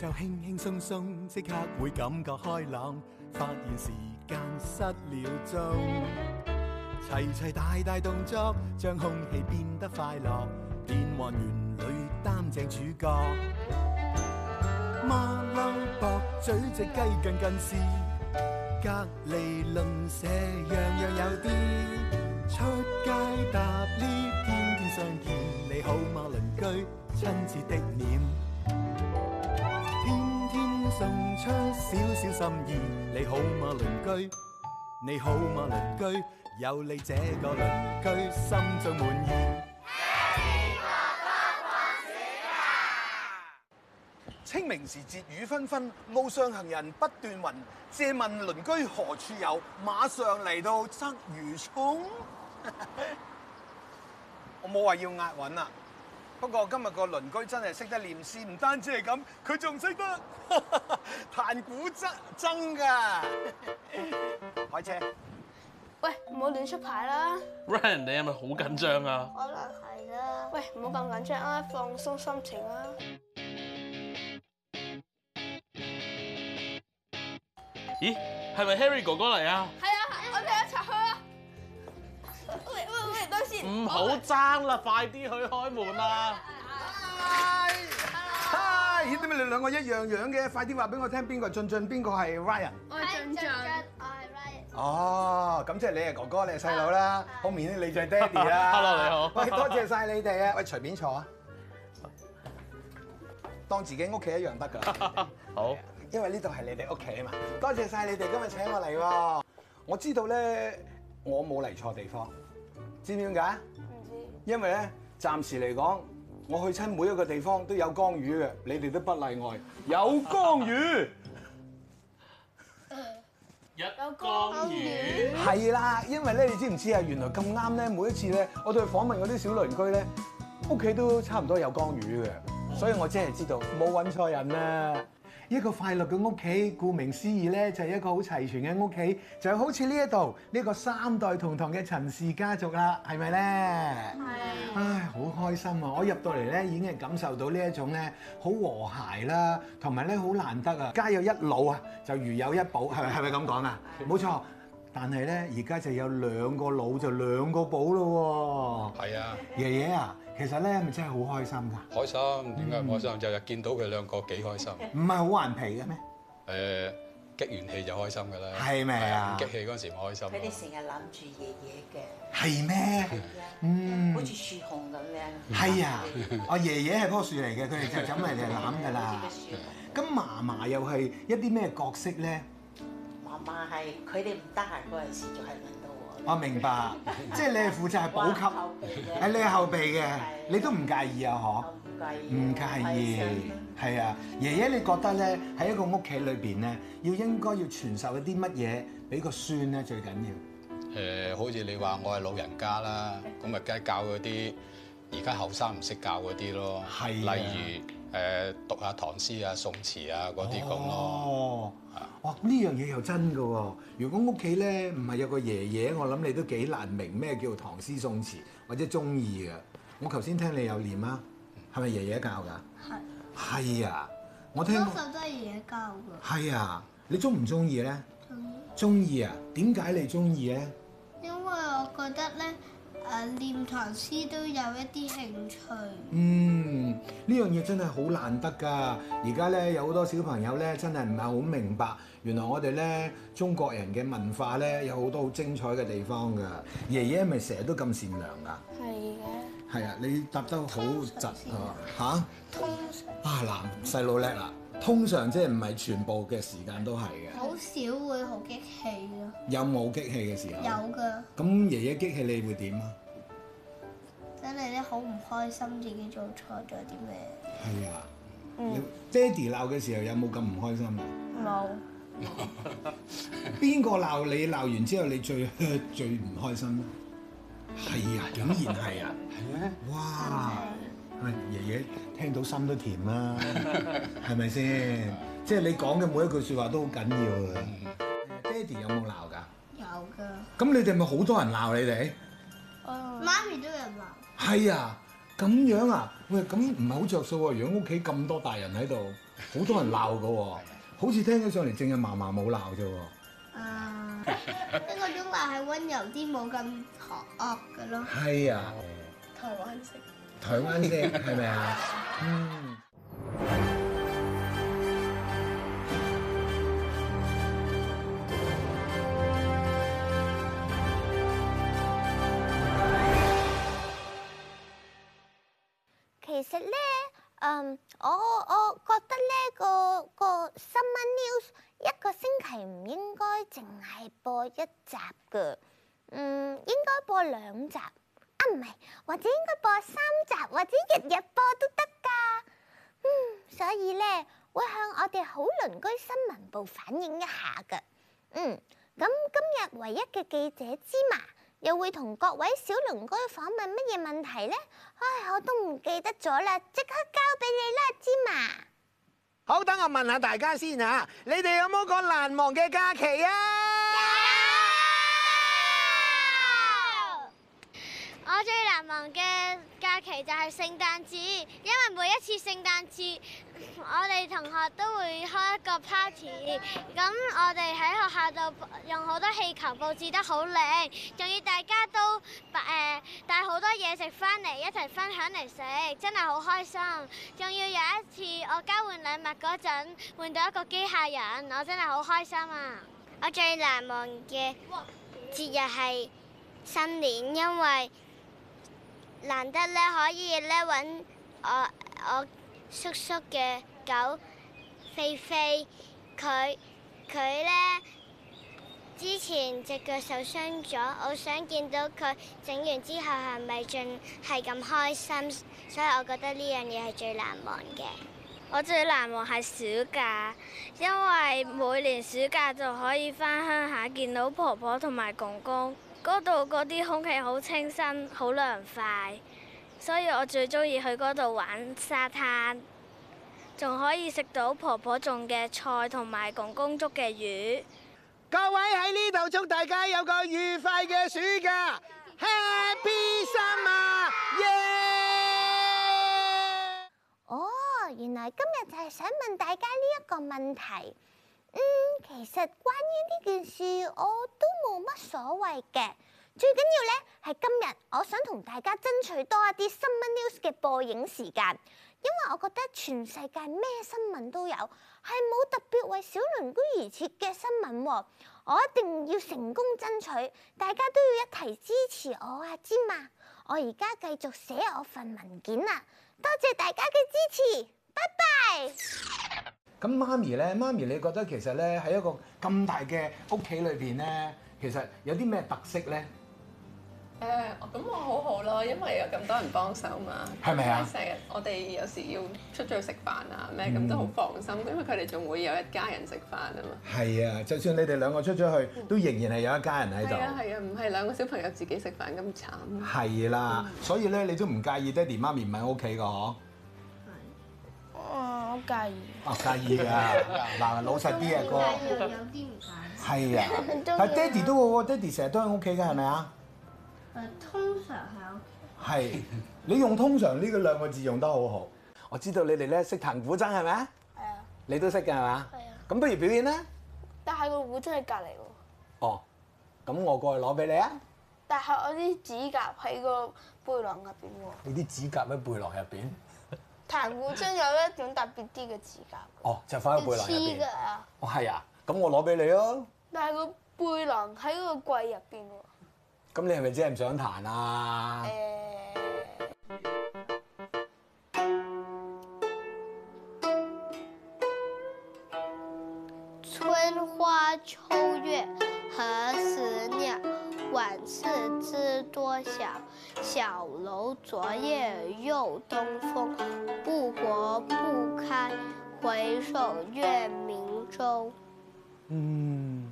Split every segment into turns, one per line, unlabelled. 就輕輕鬆鬆，即刻會感覺開朗，發現時間失了蹤。齊齊大大動作，將空氣變得快樂，變幻園裏擔正主角。馬騮駁嘴隻雞近近視，隔離鄰舍樣樣有啲。出街搭 lift，天天相見，你好嗎鄰居？親切的臉。天天送出少少心意，你好嗎鄰居？你好嗎鄰居？有你這個鄰居，心中滿意。
清明時節雨紛紛，路上行人不斷雲。借問鄰居何處有？馬上嚟到鰂魚涌。 我冇話要押韻啊，不過今日個鄰居真係識得念詩，唔單止係咁，佢仲識得 彈古箏箏㗎。開車，
喂，唔好亂出牌啦！
Ryan，你係咪好緊張啊？
可能係啦。
喂，唔好咁緊張啦，放鬆心情啦。
咦，係咪 Harry 哥哥嚟啊？
係啊，我哋一齊去啊！
喂喂喂，等先
唔好爭啦，快啲去開門啊啦！
嗨嗨，咦點解你兩個一樣樣嘅？快啲話俾我聽，邊個係俊俊，邊個係 Ryan？
我
我係 Ryan。
哦，咁即係你係哥哥，你係細佬啦，好明顯你就係爹哋啦。
啊 Hello，你好
喂，多謝晒你哋啊！喂，隨便坐啊，當自己屋企一樣得 㗎，
好，
因為呢度係你哋屋企啊嘛。多謝晒你哋今日請我嚟喎。我知道咧，我冇嚟錯地方，知唔知點解？
唔知
因為咧，暫時嚟講，我去親每一個地方都有江魚嘅，你哋都不例外，有江魚。
一江魚，
係啦，因為咧，你知唔知啊？原來咁啱咧，每一次咧，我哋去訪問嗰啲小鄰居咧，屋企都差唔多有江魚嘅，所以我真係知道冇揾錯人啊啦。一個快樂嘅屋企，顧名思義咧，就係一個好齊全嘅屋企，就好似呢一度呢個三代同堂嘅陳氏家族啦，係咪咧？唉，好開心啊！我入到嚟咧，已經係感受到呢一種咧好和諧啦，同埋咧好難得啊！家有一老啊，就如有一寶，係咪係咪咁講啊？冇錯，但係咧而家就有兩個老就兩個寶咯
係啊，
喎。爺爺啊，其實咧咪真係好開心㗎，
開心，點解唔開心？日日見到佢兩個 幾開心。
唔係好頑皮嘅咩？
誒，激完氣就開心㗎啦。
係咪啊
係唔激氣嗰時唔開心
佢
咯。
哋成日諗住爺爺嘅，
係咩？嗯
好似樹熊咁樣。
係啊，我爺爺係棵樹嚟嘅，佢哋就咁嚟嚟攬㗎啦。咁嫲嫲又係一啲咩角色咧？
媽媽係佢哋唔得閒嗰陣時，就係輪到我
我
啦。
明白，即係你係負責係補
哇後
給，
備嘅
係你係後備嘅
係，
你都唔介意啊？嗬？
我唔介意，
唔介意
我開心，
係啊！爺爺，你覺得咧喺一個屋企裏邊咧，要應該要傳授一啲乜嘢俾個孫咧最緊要？
誒，好似你話我係老人家啦，咁咪梗係教嗰啲而家後生唔識教嗰啲咯。
係啊
例如誒讀下唐詩啊、宋詞啊嗰啲咁咯。
哦，哦，呢樣嘢又真㗎喎！如果屋企咧唔係有個爺爺，我諗你都幾難明咩叫唐詩宋詞或者中意嘅。我頭先聽你有念啊，係咪爺爺教㗎？
係。
係啊，我聽
多
過
數都係嘢教㗎。
係啊，你中唔中意咧？
嗯
中意啊？點解你中意咧？
因為我覺得呃咧，誒念唐詩都有一啲興趣。
嗯，呢樣嘢真係好難得㗎。而家咧有好多小朋友咧真係唔係好明白，原來我哋咧中國人嘅文化咧有好多好精彩嘅地方㗎。爺爺咪成日都咁善良㗎。
係嘅。
係啊，你答得好窒啊嚇
通常
啊嗱，細路叻啦。通常即係唔係全部嘅時間都係嘅，
好少會好激氣咯。
有冇激氣嘅時候？
有。㗎，
咁爺爺激氣你會點啊？
真係咧好唔開心，自己做錯咗啲咩？
係啊，你爹哋鬧嘅時候有冇咁唔開心啊？
冇。
邊個鬧你鬧完之後你最 hurt 最唔開心咧？係啊，竟然係啊，係咩？哇！喂，爺爺聽到心都甜啦， 係咪先？即係你講嘅每一句説話都好緊要嘅。爹哋有冇鬧㗎？
有㗎，
咁你哋咪好多人鬧你哋？
媽咪都有鬧。
係啊，咁樣啊？喂，咁唔係好着數喎。如果屋企咁多大人喺度，好多人鬧㗎喎，好似聽起上嚟淨係嫲嫲冇鬧啫喎。
啊，不過中華係温柔啲，冇咁惡惡嘅咯。
係啊，台灣式，台灣式係咪啊？嗯。
其實咧，嗯，我我覺得咧個個 Summer News 一個星期唔應該淨係播一集嘅，嗯，應該播兩集啊，唔係，或者應該播三集，或者日日播都得㗎。嗯，所以咧會向我哋好鄰居新聞部反映一下㗎。嗯，咁今日唯一嘅記者芝麻又會同各位小鄰居訪問乜嘢問題呢？唉，我都唔記得咗啦，即刻交俾你啦，芝麻。
好，等我問下大家先嚇，你哋有冇個難忘嘅假期啊？
我最難忘嘅假期就係聖誕節，因為每一次聖誕節，我哋同學都會開一個 party，咁我哋喺學校度用好多氣球佈置得好靚，仲要大家都誒帶好多嘢食翻嚟一齊分享嚟食，真係好開心。仲要有一次我交換禮物嗰陣，換到一個機械人，我真係好開心啊！我最難忘嘅節日係新年，因為難得咧可以咧揾我我叔叔嘅狗菲菲，佢佢咧之前只腳受傷咗，我想見到佢整完之後係咪盡係咁開心，所以我覺得呢樣嘢係最難忘嘅。我最難忘係暑假，因為每年暑假就可以翻鄉下見到婆婆同埋公公，嗰度嗰啲空氣好清新，好涼快，所以我最中意去嗰度玩沙灘，仲可以食到婆婆種嘅菜同埋公公捉嘅魚。
各位喺呢度祝大家有個愉快嘅暑假，Happy Summer！耶！
哦，原來今日就係想問大家呢一個問題。嗯，其實關於呢件事我都冇乜所謂嘅，最緊要呢係今日我想同大家爭取多一啲新聞 news 嘅播映時間，因為我覺得全世界咩新聞都有，係冇特別為小鄰居而設嘅新聞喎。我一定要成功爭取，大家都要一齊支持我啊，芝麻！我而家繼續寫我份文件啦，多謝大家嘅支持，拜拜。
咁媽咪咧，媽咪你覺得其實咧喺一個咁大嘅屋企裏邊咧，其實有啲咩特色咧？
誒，咁我好好咯，因為有咁多人幫手嘛。
係咪啊嗯
咁成日我哋有時要出咗去食飯啊咩，咁都好放心，因為佢哋仲會有一家人食飯啊嘛。嗯
係啊，就算你哋兩個出咗去，都仍然係有一家人喺
係啊
度。
係啊，唔係兩個小朋友自己食飯咁慘。
係啦，
嗯
所以咧你都唔介意爹哋媽咪唔喺屋企個嗬？
我介意。
啊介意㗎， 嗱老實啲啊
點
哥。
解又有啲唔解？
係啊，
中意啊
但爹哋都好喎，爹哋成日都喺屋企㗎，係咪啊？
誒，通常喺屋企
係，你用通常呢個兩個字用得好好。我知道你哋咧識彈古箏係咪啊？
係啊，
你都識㗎係嘛？
係啊。
咁不如表演啦。
但係個壺真係隔離喎，
哦，咁我過去攞俾你啊。
但係我啲指甲喺個背囊入邊喎。
你啲指甲喺背囊入邊。
彈古箏有一種特別啲嘅指甲，
哦，就放喺背囊入
黐
邊。
㗎。
哦，係啊，咁我攞俾你咯。
但係個背囊喺個櫃入邊喎。
咁你係咪真係唔想彈啊？
誒，
春花秋月何时了？晚是知多少。小楼昨夜又东风，不活不开，回首月明中。
嗯，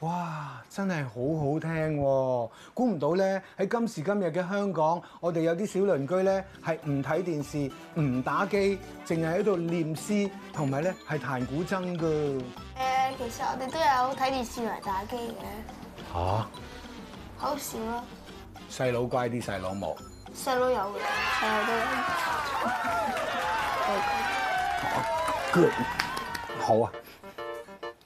哇，真係好好聽喎！估唔到呢，喺今時今日嘅香港，我哋有啲小鄰居呢係唔睇電視、唔打機，淨係喺度念詩，同埋呢係彈古箏㗎。
誒，其實我哋都有睇電視嚟打機嘅，
嚇、
好少咯。
細佬乖啲，細佬冇。
細佬有嘅，細佬都有。
Good，好啊！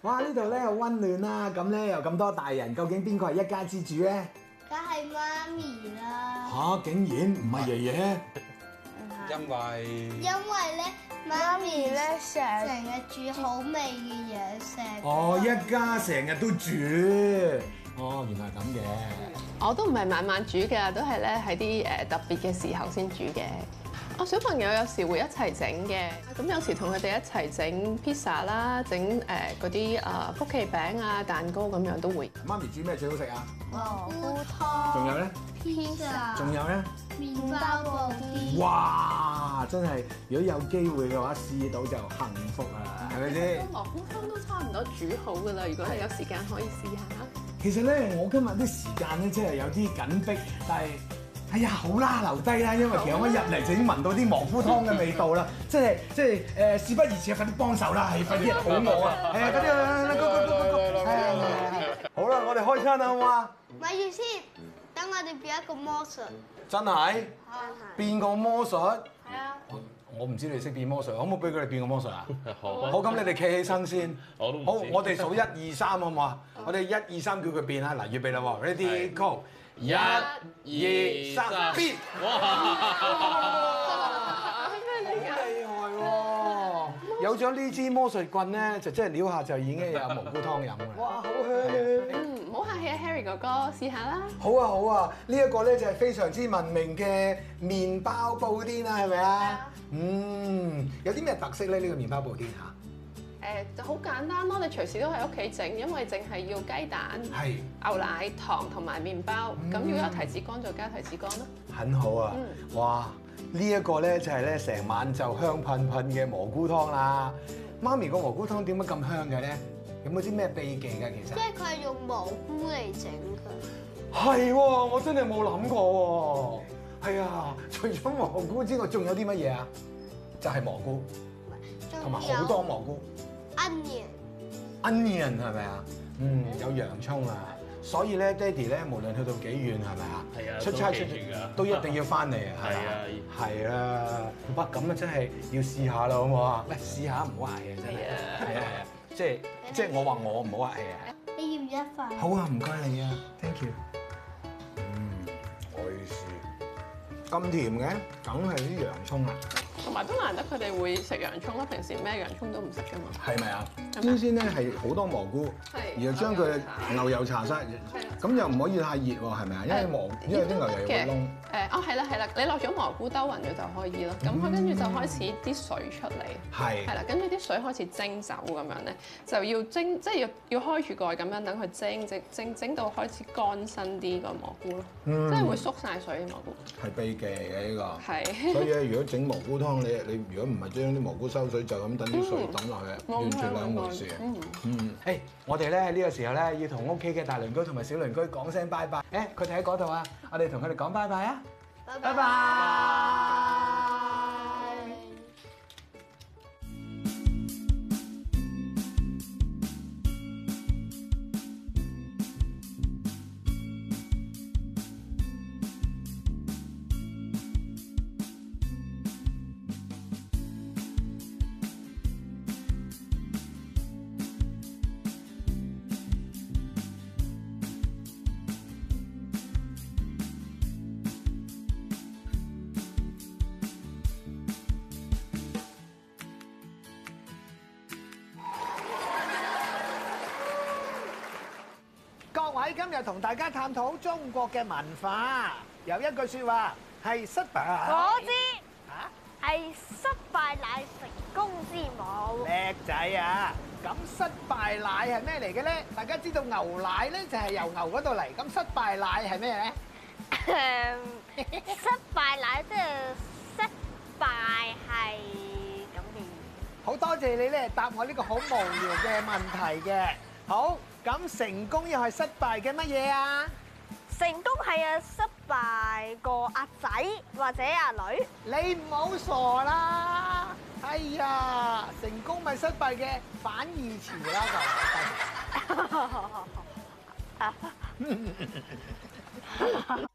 哇，呢度咧又温暖啦，咁咧又咁多大人，究竟邊個係一家之主咧？
梗係媽咪啦，
吓、啊竟然唔係爺爺，
因為
因為咧媽咪咧成成日煮好味嘅嘢食。
哦，一家成日都煮，哦，原來係咁嘅。
我都唔係晚晚煮嘅，都係咧喺啲誒特別嘅時候先煮嘅。我小朋友有時會一齊整嘅，咁有時同佢哋一齊整 pizza 啦，整誒嗰啲誒曲奇餅啊、蛋糕咁樣都會。
媽咪煮咩最好食啊？
蘑菇
仲
湯、
有咧，
pizza、
仲有咧，
麵包布丁。
哇！真係如果有機會嘅話，試到就幸福啊，係咪先？
蘑菇湯都差唔多煮好噶啦，如果你有時間可以試下。
其實咧，我今日啲時間咧真係有啲緊迫，但係哎呀好啦，留低啦，因為其實我一入嚟就已經聞到啲蘑菇湯嘅味道啦，即係即係誒事不宜遲，快啲幫手啦，係快啲好我啊，係啊，快啲啦，啦，go go go go go，係啊係啊係啊好啦，我哋開餐啦，好嘛？
咪住先，等我哋變一個啊魔術。
真係變個魔術，
係啊，
我唔知你識變魔術，可唔可以俾佢哋變個魔術啊？
好
好，咁你哋企起身先。
我都唔知
好，我哋數一二三好唔好啊？我哋一二三叫佢變啦，嗱，預備啦喎，ready go，
一二三
變！
哇！
好厲害喎！有咗呢支魔術棍咧，就真係撩下就已經有蘑菇湯飲㗎啦。
哇，好香！唔好客氣啊，Harry 哥哥，試下啦。
好啊好啊，呢一個咧就係非常之文明嘅麵包布丁啦，係咪啊？嗯，有啲咩特色咧？呢個麵包布丁啊嚇，
誒就好簡單咯，你隨時都喺屋企整，因為淨係要雞蛋、
係嗯
牛奶、糖同埋麵包。咁如果有提子乾就加提子乾啦。
很好啊！
嗯
哇，呢一個咧就係咧成晚就香噴噴嘅蘑菇湯啦。媽咪個蘑菇湯點解咁香嘅咧？有冇啲咩秘技㗎？其實
即？係佢係用蘑菇嚟整佢。
係喎，我真係冇諗過喎。係啊， 除咗蘑菇之外，仲有啲乜嘢啊？就係蘑菇，同埋好多蘑菇
，onion，
，onion 係咪啊？嗯，有洋葱啊。所以咧，爹哋咧，無論去到幾遠係咪啊？
係啊
出差
都
出
記住㗎
都一定要翻嚟啊！係
係啊
啊，係啊。哇，咁啊真係要試下啦，好唔好啊？喂，試下唔好客氣啊，真係。係啊係啊，即係即係我話我唔好客氣啊。
你要唔要一份？
好啊，唔該你啊，thank you。嗯，愛事。咁甜嘅，梗係啲洋葱啊，
同埋都難得佢哋會食洋葱啦，平時咩洋葱都唔食噶嘛。
係咪啊？先先咧係好多蘑菇，
係
然後將佢牛油搽晒，
係
咁又唔可以太熱喎，係咪啊？因為蘑因為啲牛油又會燶。
誒哦，係啦係啦，你落咗蘑菇兜勻咗就可以咯。咁佢跟住就開始啲水出嚟，
係
係啦，跟住啲水開始蒸走咁樣咧，就要蒸，即係要要開住蓋咁樣等佢蒸蒸蒸蒸到開始乾身啲個蘑菇咯，
嗯
即係會縮晒水嘅蘑菇。
係秘技嚟嘅呢個，
係
所以咧，如果整蘑菇湯，你你如果唔係將啲蘑菇收水，就咁等啲水抌落去，
冇
完
香
全兩
冇
回事。
嗯
嗯，誒，我哋咧呢個時候咧要同屋企嘅大鄰居同埋小鄰居講聲拜拜。誒，佢哋喺嗰度啊，我哋同佢哋講拜拜啊，拜拜。
各位今日同大家探討中國嘅文化，有一句説話係失敗。
我知啊係失敗乃成功之 母。
叻仔啊！咁失敗奶係咩嚟嘅咧？大家知道牛奶咧就係由牛嗰度嚟，咁失敗奶係咩咧？
失敗乃即係失敗係咁嘅。
好多謝你咧答我呢個好無聊嘅問題嘅。好，咁成功又係失敗嘅乜嘢啊？
成功係啊，失敗個阿仔或者阿女。
你唔好傻啦！哎呀，成功咪失敗嘅反義詞啦就。